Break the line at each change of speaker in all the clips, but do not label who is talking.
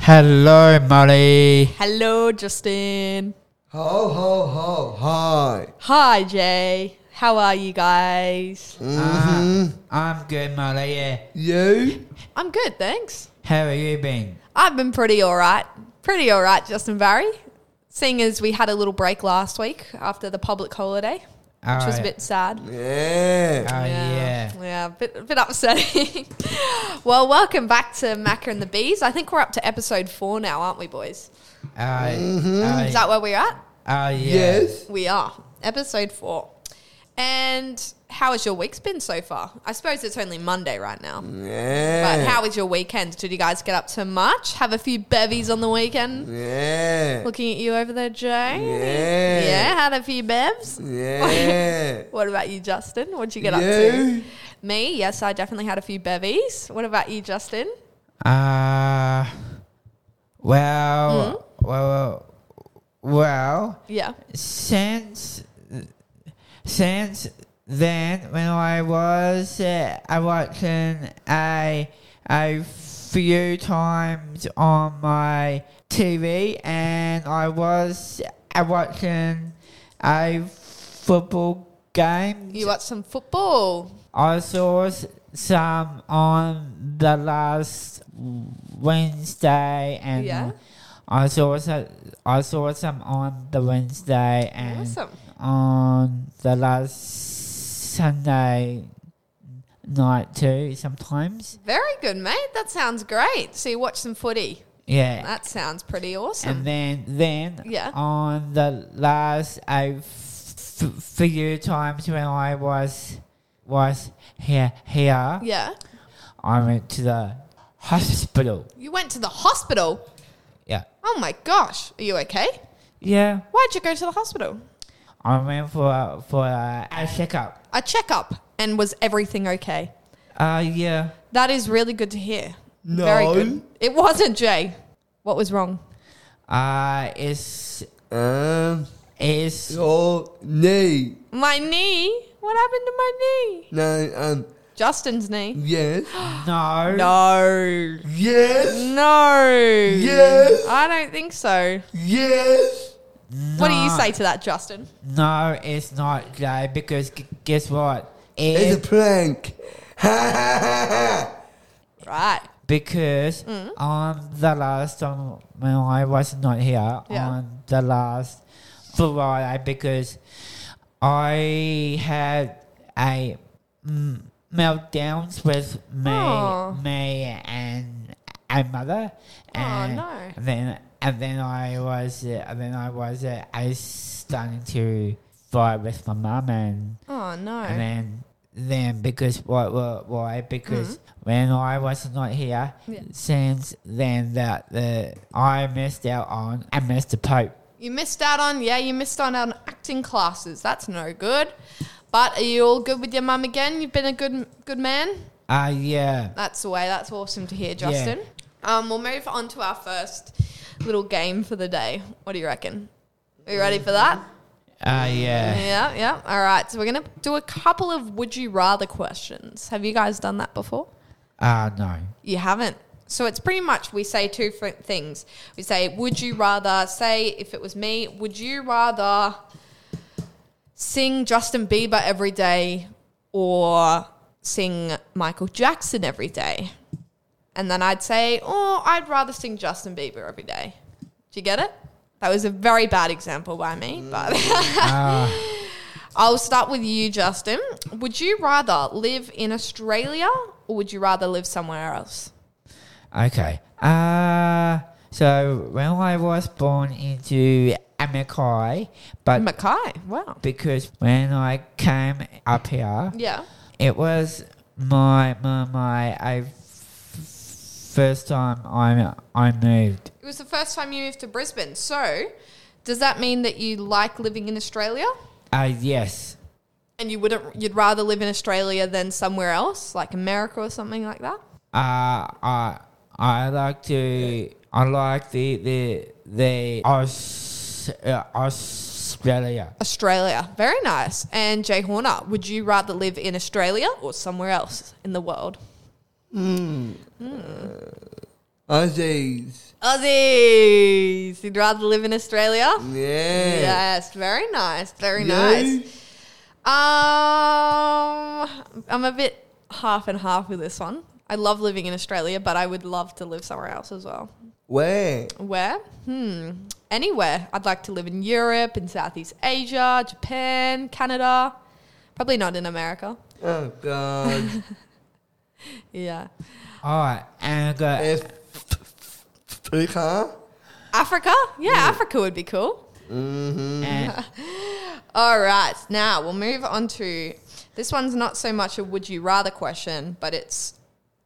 Hello, Molly.
Hello, Justin.
Ho ho ho hi.
Hi, Jay. How are you guys?
Ah, I'm good, Molly. Yeah.
You?
I'm good, thanks.
How are you been?
I've been pretty all right. Pretty all right, Justin Barry. Seeing as we had a little break last week after the public holiday, which was a
Alright.
bit sad.
Yeah.
Oh yeah.
Yeah, a bit, a bit upsetting. well, welcome back to Macca and the Bees. I think we're up to episode four now, aren't we, boys?
Oh,
Is
oh,
that where we're at?
oh, yeah.
Yes.
We are. Episode four. And how has your week's been so far? I suppose it's only Monday right now. But
Yeah.
how was your weekend? Did you guys get up to much? Have a few bevies on the weekend?
Yeah.
Looking at you over there, Jay.
Yeah.
Yeah, had a few bevs.
Yeah.
What about you, Justin? What'd you get up to?
You?
Me? Yes, I definitely had a few bevies. What about you, Justin?
Uh, well,
Hmm?
well, well,
Yeah.
since, since then, when I was uh, I watching a a few times on my TV, and I was I watching a football game.
You watched some football.
I saw s- some on the last Wednesday, and
Yeah.
I saw some, I saw some on the Wednesday and
Awesome.
on the last Sunday night too. Sometimes,
Very good, mate. That sounds great. So you watched some footy.
yeah.
That sounds pretty awesome.
and then then
Yeah.
on the last a f- f- few times when I was was here here.
yeah.
I went to the hospital.
You went to the hospital.
Yeah.
Oh my gosh. Are you okay?
Yeah.
Why'd you go to the hospital?
I went for a, for a, a checkup.
A checkup. And was everything okay?
Uh, yeah.
That is really good to hear. Very
No.
good. It wasn't Jay. What was wrong?
Uh, it's,
Um
it's,
your knee.
My knee. What happened to my knee?
No um
Justin's knee.
yes.
no.
No.
Yes.
No.
Yes.
I don't think so.
Yes.
What do you say to that, Justin?
No, it's not gay because g- guess what?
It's a
It,
plank. Ha ha ha ha.
Right.
because
Mm.
on the last time when I was not here,
Yeah.
on the last Friday, because I had a mm, meltdowns with me,
Aw.
me and a mother,
Aw,
and
Oh, no.
then and then I was uh, and then I was uh, I starting to fight with my mum and
Oh no.
and then then because why why, why? because when I was not here
Yeah.
since then that the I missed out on I missed the Pope.
You missed out on yeah, you missed out on acting classes. That's no good. But are you all good with your mum again? You've been a good good man.
Ah yeah.
That's the way. That's awesome to hear, Justin. Um, we'll move on to our first little game for the day. What do you reckon? Are you ready for that?
Ah yeah.
Yeah, yeah. All right. So we're gonna do a couple of would you rather questions. Have you guys done that before?
Ah no.
You haven't. So it's pretty much we say two different things. We say, would you rather, say, if it was me, would you rather sing Justin Bieber every day or sing Michael Jackson every day? And then I'd say, oh, I'd rather sing Justin Bieber every day. Do you get it? That was a very bad example by me, but.
Ah,
I'll start with you, Justin. Would you rather live in Australia or would you rather live somewhere else?
Okay. Uh so when I was born into Amakai, but
Mackay. Wow.
because when I came up here,
Yeah.
it was my my my I f- first time I I moved.
It was the first time you moved to Brisbane. So, does that mean that you like living in Australia?
Uh yes.
And you wouldn't you'd rather live in Australia than somewhere else, like America or something like that?
Uh I I like to I like the the the Aus, uh, Australia.
Australia. Very nice. And Jay Horner, would you rather live in Australia or somewhere else in the world?
Aussies.
Aussies. You'd rather live in Australia?
Yeah.
Yes, very nice, very
Yes.
nice. Um, I'm a bit half and half with this one. I love living in Australia, but I would love to live somewhere else as well.
Where?
Where? Hmm. Anywhere. I'd like to live in Europe, in Southeast Asia, Japan, Canada. Probably not in America.
Oh, God.
Yeah.
All right, and go.
If- Africa?
Africa? Yeah, Africa would be cool. Mm.
And,
All right, now we'll move on to this one's not so much a would you rather question, but it's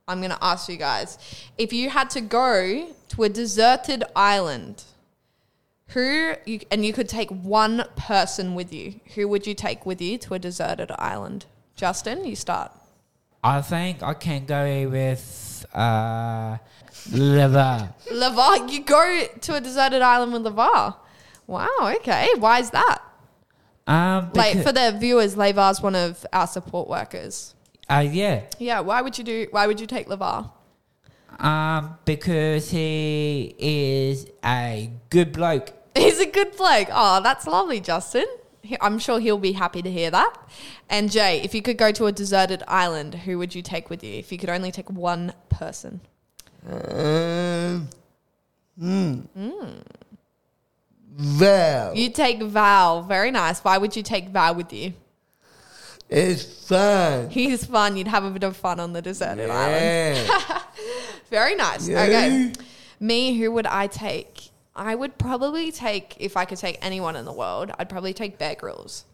I'm going to ask you guys if you had to go to a deserted island, who you, and you could take one person with you, who would you take with you to a deserted island? Justin, you start.
I think I can go with uh, liver.
Lavar, you go to a deserted island with Lavar. Wow, okay. Why is that?
Um,
Like
because-
for the viewers, Lavar's one of our support workers.
uh, yeah.
Yeah, why would you do why would you take Lavar?
Um, because he is a good bloke.
He's a good bloke. Oh, that's lovely, Justin. He- I'm sure he'll be happy to hear that. And Jay, if you could go to a deserted island, who would you take with you? If you could only take one person,
Um, mm. Val.
Hmm. you take Val. Very nice. Why would you take Val with you?
It's fun.
He's fun. You'd have a bit of fun on the deserted island.
Yeah.
Very nice.
Yeah.
Okay. Me, who would I take? I would probably take if I could take anyone in the world. I'd probably take Bear Grylls,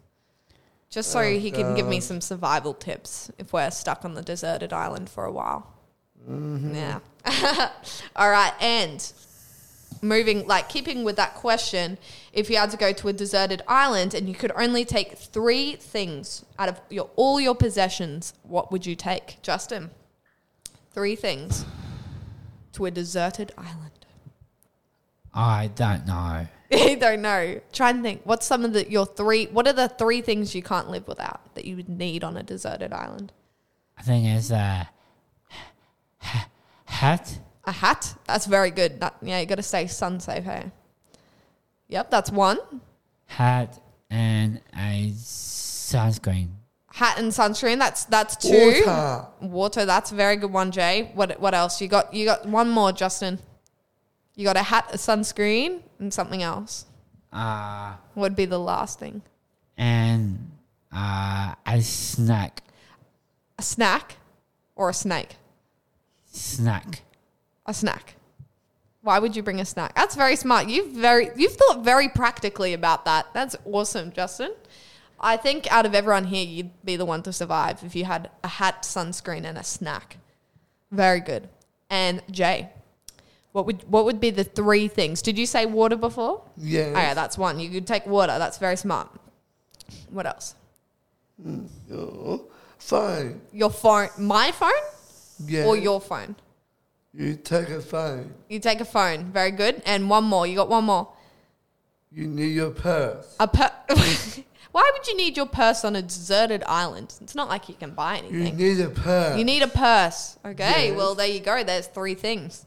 just so he can give me some survival tips if we're stuck on the deserted island for a while. Yeah. All right, and moving like keeping with that question, if you had to go to a deserted island and you could only take three things out of your all your possessions, what would you take, Justin? Three things to a deserted island.
I don't know.
I don't know. Try and think. What's some of the your three? What are the three things you can't live without that you would need on a deserted island?
I think it's a hat.
A hat. That's very good. That- yeah, you got to stay sun safe. Hey. Yep, that's one.
hat and a sunscreen.
Hat and sunscreen. That's that's two.
Water.
Water, That's a very good one, Jay. What what else? You got you got one more, Justin. You got a hat, a sunscreen, and something else.
Uh,
What would be the last thing?
and uh, a snack.
A snack, or a snake.
Snack.
a snack. Why would you bring a snack? That's very smart. You've very you've thought very practically about that. That's awesome, Justin. I think out of everyone here, you'd be the one to survive if you had a hat, sunscreen, and a snack. Very good. And Jay, what would what would be the three things? Did you say water before?
Yes.
Okay, that's one. You could take water. That's very smart. What else?
Oh, Phone.
Your phone, my phone,
Yeah.
or your phone?
you take a phone.
You take a phone. Very good. And one more. You got one more.
You need your purse.
A per- Why would you need your purse on a deserted island? It's not like you can buy
You
anything.
need a purse.
You need a purse. Okay,
Yes.
well, there you go. There's three things.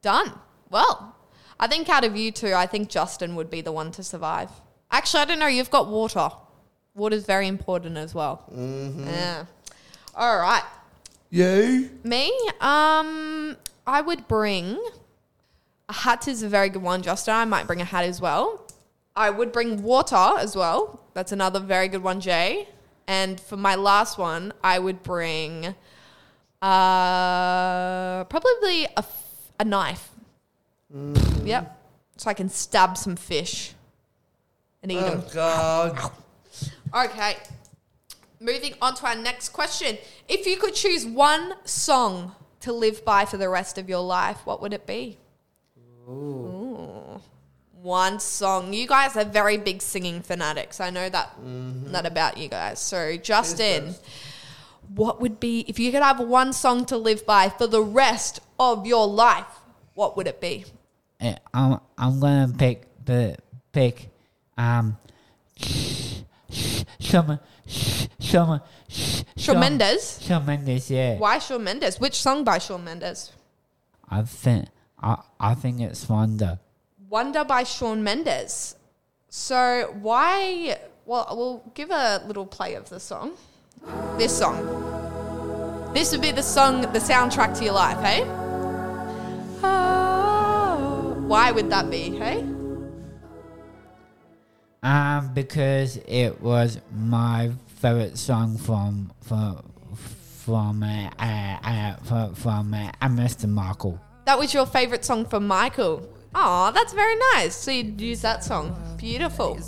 Done. Well, I think out of you two, I think Justin would be the one to survive. Actually, I don't know. You've got water. Water's very important as well. Yeah. All right.
you?
Me? Um, I would bring a hat is a very good one, Justin. I might bring a hat as well. I would bring water as well. That's another very good one, Jay. And for my last one, I would bring uh, probably a, f- a knife. Yep. So I can stab some fish and eat them.
Oh, God.
Okay. Moving on to our next question. If you could choose one song to live by for the rest of your life, what would it be? Ooh. One song. You guys are very big singing fanatics. I know that that about you guys. So, Justin, what would be if you could have one song to live by for the rest of your life? What would it be?
Eh, I'm I'm gonna pick the pick um Shaman Shaman
Shawn Mendes?
Shaman Mendes, yeah.
Why Shawn Mendes? Which song by Shawn Mendes?
I think I, I think it's Wonder.
Wonder by Sean Mendes. So why? Well, we'll give a little play of the song. This song. This would be the song, the soundtrack to your life, hey? Oh, why would that be, hey?
Um, because it was my favorite song from from from uh, uh, uh, from, from uh, uh, Mr. Markle.
That was your favorite song for Michael. Aw, that's very nice. So you'd use that song. Beautiful.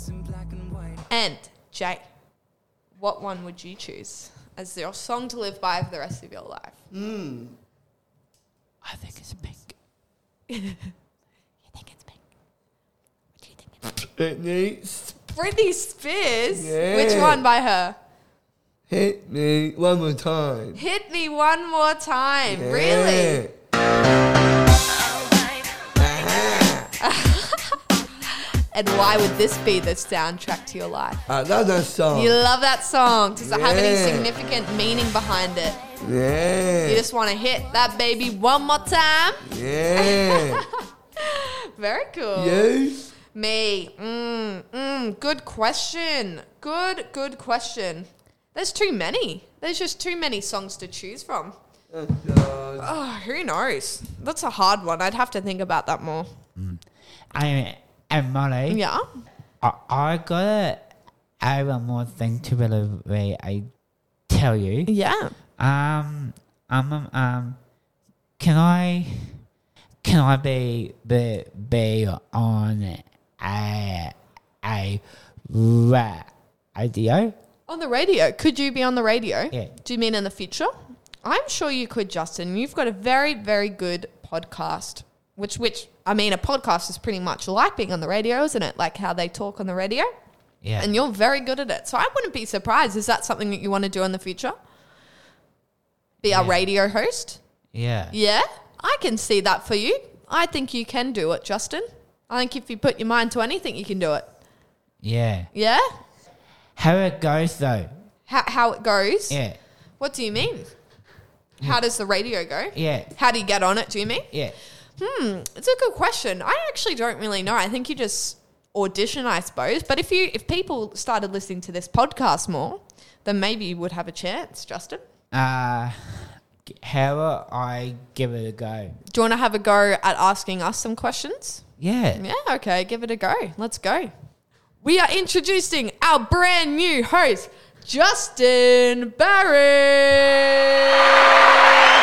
And Jay, what one would you choose as your song to live by for the rest of your life?
I think it's Pink.
You think it's pink?
It needs
Britney Spears.
Yeah.
Which one by her?
hit me one more time.
Hit me one more time.
Yeah.
Really? And why would this be the soundtrack to your life?
I love that song.
You love that song. Does it have any
Yeah.
significant meaning behind it?
yeah.
You just want to hit that baby one more time.
yeah.
Very cool.
you?
Me. Mm, mm, good question. Good, good question. There's too many. There's just too many songs to choose from.
Oh, God.
Oh, who knows? That's a hard one. I'd have to think about that more.
I and Molly.
Yeah.
I, I gotta add one more thing to the way I tell you.
Yeah.
Um, um, um, um, can I, can I be be, be on a a ra- radio?
On the radio. Could you be on the radio?
Yeah.
Do you mean in the future? I'm sure you could, Justin. You've got a very, very good podcast. Which which I mean a podcast is pretty much like being on the radio, isn't it? Like how they talk on the radio.
Yeah.
And you're very good at it. So I wouldn't be surprised. Is that something that you want to do in the future? Be a radio host?
yeah.
Yeah, I can see that for you. I think you can do it, Justin. I think if you put your mind to anything, you can do it.
Yeah.
Yeah?
How it goes though?
How, how it goes?
Yeah.
What do you mean? How does the radio go?
Yeah.
How do you get on it? Do you mean?
Yeah.
Hmm, it's a good question. I actually don't really know. I think you just audition, I suppose. But if you if people started listening to this podcast more, then maybe you would have a chance, Justin.
Uh, g- how will I give it a go?
Do you want to have a go at asking us some questions?
Yeah.
Yeah, okay, give it a go. Let's go. We are introducing our brand new host, Justin Barry.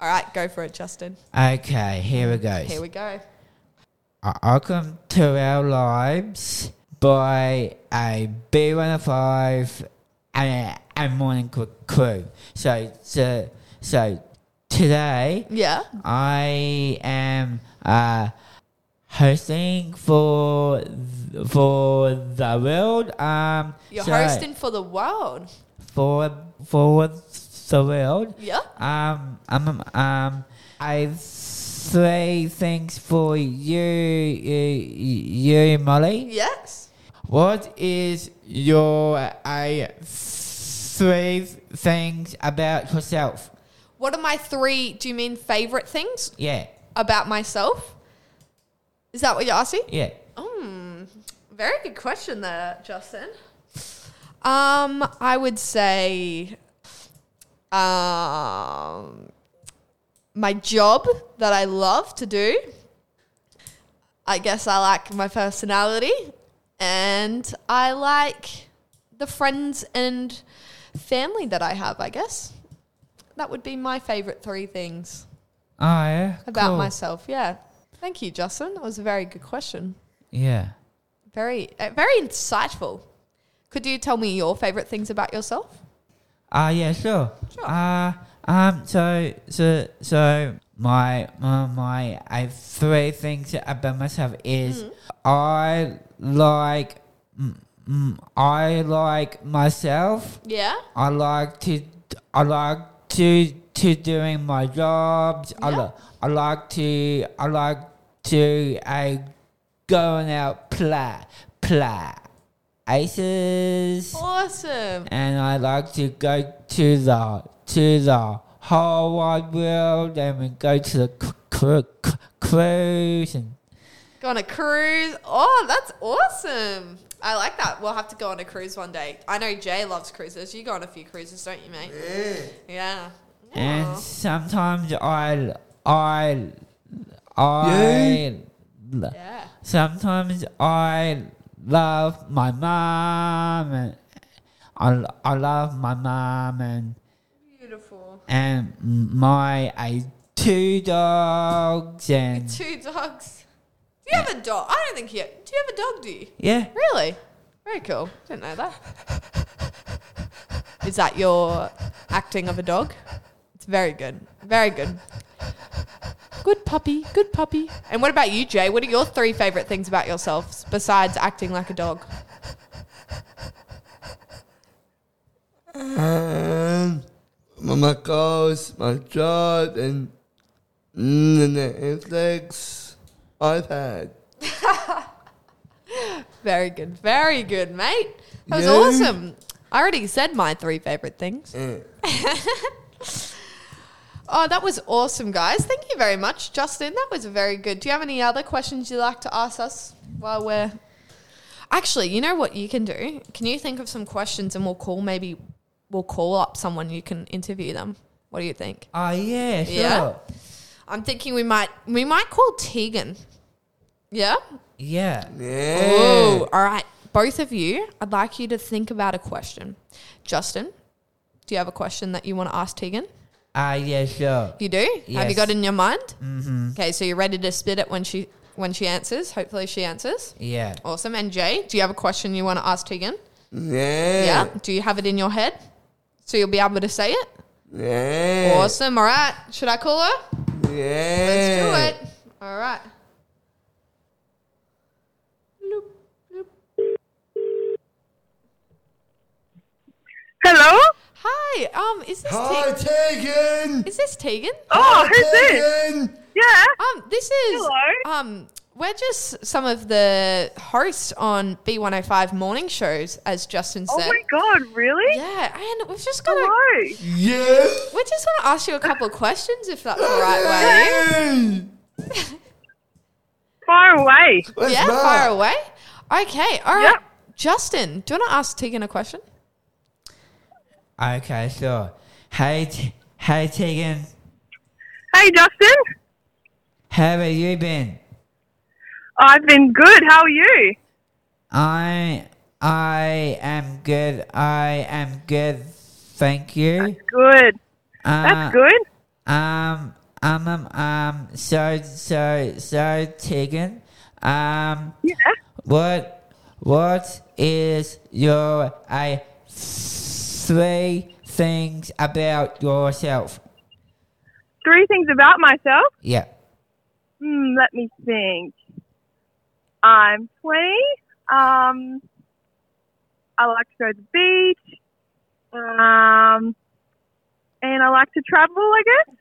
All right, go for it, Justin.
Okay. Here it goes.
Here we go.
Uh, Welcome to our lives by a B105 and a, a morning cr- crew. So, so, so today
Yeah.
I am uh, hosting for th- for the world. Um,
You're
so
hosting for the world.
for for the world.
Yeah.
Um, um, um, um, I three things for you, you, you, Molly.
Yes.
What is your I three things about yourself?
What are my three, do you mean favorite things
Yeah,
about myself? Is that what you're asking?
yeah.
Um, very good question there, Justin. Um, I would say, um, my job that I love to do. I guess I like my personality, and I like the friends and family that I have. I guess that would be my favorite three things
Oh, yeah.
about
cool.
myself. Yeah. Thank you, Justin. That was a very good question.
Yeah.
Very, uh, very insightful. Could you tell me your favorite things about yourself?
Ah, yeah, sure.
Sure.
Uh, um, so, so, so my, my, my, I have three things about myself is
Mm-hmm.
I like, mm, mm, I like myself.
Yeah.
I like to, I like to, to doing my jobs. I,
Yeah.
li- I like to, I like to, I going out play, play aces
Awesome.
and I like to go to the to the whole wide world and we go to the cru- cru- cru- cruise and
Go on a cruise. Oh, that's awesome. I like that. We'll have to go on a cruise one day. I know Jay loves cruises. You go on a few cruises, don't you, mate? Yeah.
Yeah.
and
Aw.
sometimes I I I
Yeah.
sometimes I love my mom and I, I love my mom and
Beautiful.
and my I two dogs and
Two dogs. Do you have a dog? I don't think you. Do you have a dog? Do you?
yeah
Really? Very cool. Didn't know that. Is that your acting of a dog? It's very good. Very good. Good puppy. Good puppy. And what about you, Jay? What are your three favorite things about yourself besides acting like a dog?
And my clothes, my job, and mm, the Netflix, iPad.
Very good. Very good, mate. That was
Yeah.
awesome. I already said my three favorite things.
Eh.
Oh, that was awesome, guys. Thank you very much, Justin. That was very good. Do you have any other questions you'd like to ask us while we're. Actually, you know what you can do? Can you think of some questions and we'll call maybe. We'll call up someone you can interview them. What do you think?
oh yeah sure
Yeah. I'm thinking we might we might call Tegan. Yeah?
yeah
Yeah.
Oh, all right. Both of you, I'd like you to think about a question. Justin, do you have a question that you want to ask Tegan?
ah yeah sure
You do? Have you
Yes.
got it in your mind? Mm-hmm. Okay, so you're ready to spit it when she when she answers. Hopefully she answers.
yeah
Awesome. And Jay, do you have a question you want to ask Tegan?
Yeah.
Yeah. Do you have it in your head? So you'll be able to say it?
Yeah.
Awesome. All right. Should I call her?
Yeah.
Let's do it. All right. Bloop, bloop.
Hello?
Hi. Um, is this
Hi,
Tegan?
Tegan.
Is this Tegan?
Oh, who's this?
Tegan.
Yeah.
Um, this is
Hello.
um we're just some of the hosts on B105 morning shows, as Justin
Oh
said.
my god, really?
yeah, and we've just got to
Hello.
Yeah.
we're just going to ask you a couple of questions if that's all right,
Far away.
way.
What's
yeah,
that?
fire away. Okay, all right.
Yep.
Justin, do you want to ask Tegan a question?
okay sure hey T- hey Tegan
Hey Justin.
how have you been
I've been good. How are you?
I I am good I am good thank you
Good.
Uh,
That's good.
Um, um, um, um, so, so, so, Tegan, um,
Yeah.
what, what is your, I, three things about yourself?
Three things about myself.
Yeah.
Hmm, let me think. I'm 20. Um, I like to go to the beach. Um, and I like to travel, I guess.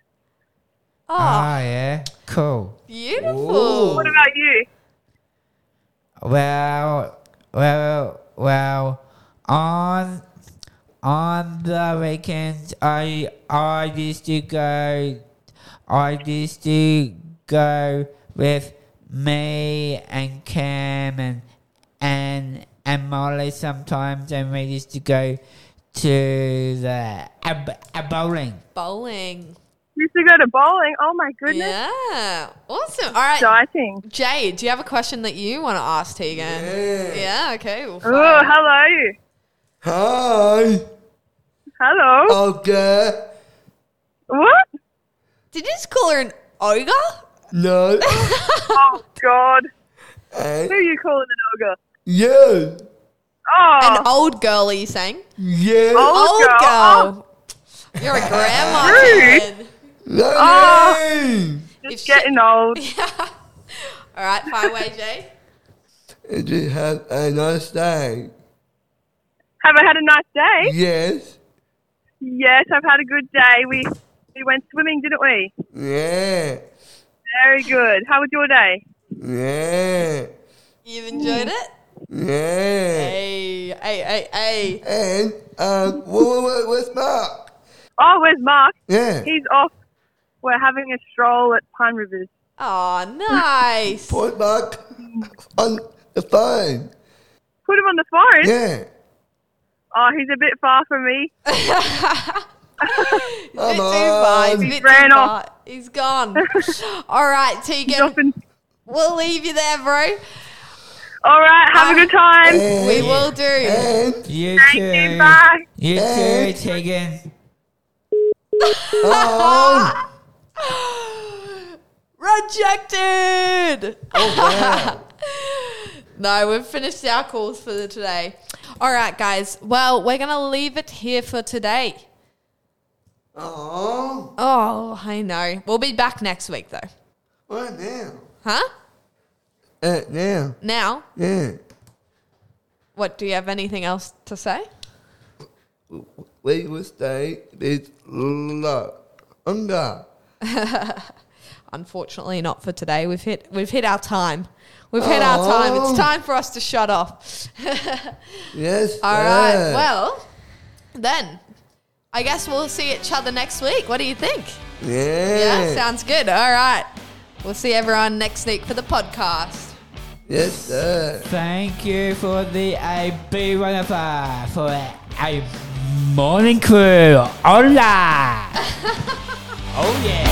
Oh,
Ah, yeah. Cool.
beautiful.
What about you?
Well, well, well, on, on the weekends, I, I used to go, I used to go with me and Cam and, and, and Molly sometimes, and we used to go to the a, a bowling.
Bowling.
You used to go to bowling. Oh my goodness.
Yeah. Awesome. All right.
Exciting.
Jay, do you have a question that you want to ask Tegan?
Yeah.
Yeah, okay. Well,
Oh,
fine.
hello.
Hi.
Hello.
Okay.
What?
Did you just call her an ogre?
No.
Oh God! Who
and
are you calling an ogre?
you.
Oh,
An old girl, are you saying?
Yeah.
Oh.
Old
Old girl.
girl. You're a grandma.
Rude.
Tegan.
No
Oh.
name.
if
just
she-
getting old.
All right, fine way, Jay.
Did you have a nice day?
Have I had a nice day?
Yes.
Yes, I've had a good day. We we went swimming, didn't we?
Yeah.
Very good. How was your day?
Yeah.
You've enjoyed it?
Yeah.
Hey, hey, hey, hey.
And um, what, what, what's up?
Oh, where's Mark?
Yeah.
He's off. We're having a stroll at Pine Rivers.
Oh, nice.
Point Mark on the phone.
Put him on the phone.
Yeah.
Oh, he's a bit far from me.
Bit too
Come
far. He's
on.
a bit
Ran
too
off.
far. He's gone. All right,
He's
Tegan,
off in-
we'll leave you there, bro.
All right. Have a good time.
And,
We will do.
And
You
Thank
too.
you. Bye.
You too,
Hey.
Tegan.
on.
Rejected.
Wow.
No, we've finished our calls for the today. All right, guys. Well, we're gonna leave it here for today.
Oh,
Oh, I know. We'll be back next week, though.
what now?
Huh?
Uh, now,
Now,
yeah.
what? Do you have anything else to say?
We will stay this love. Hunger.
Unfortunately, not for today. We've hit we've hit our time. We've hit our time.
Oh.
It's time for us to shut off.
Yes.
All right.
sir.
Well, then, I guess we'll see each other next week. What do you think?
Yeah.
Yeah, sounds good. All right. We'll see everyone next week for the podcast.
yes, sir.
Thank you for the AB Wonderful for a morning crew. Hola. oh yeah.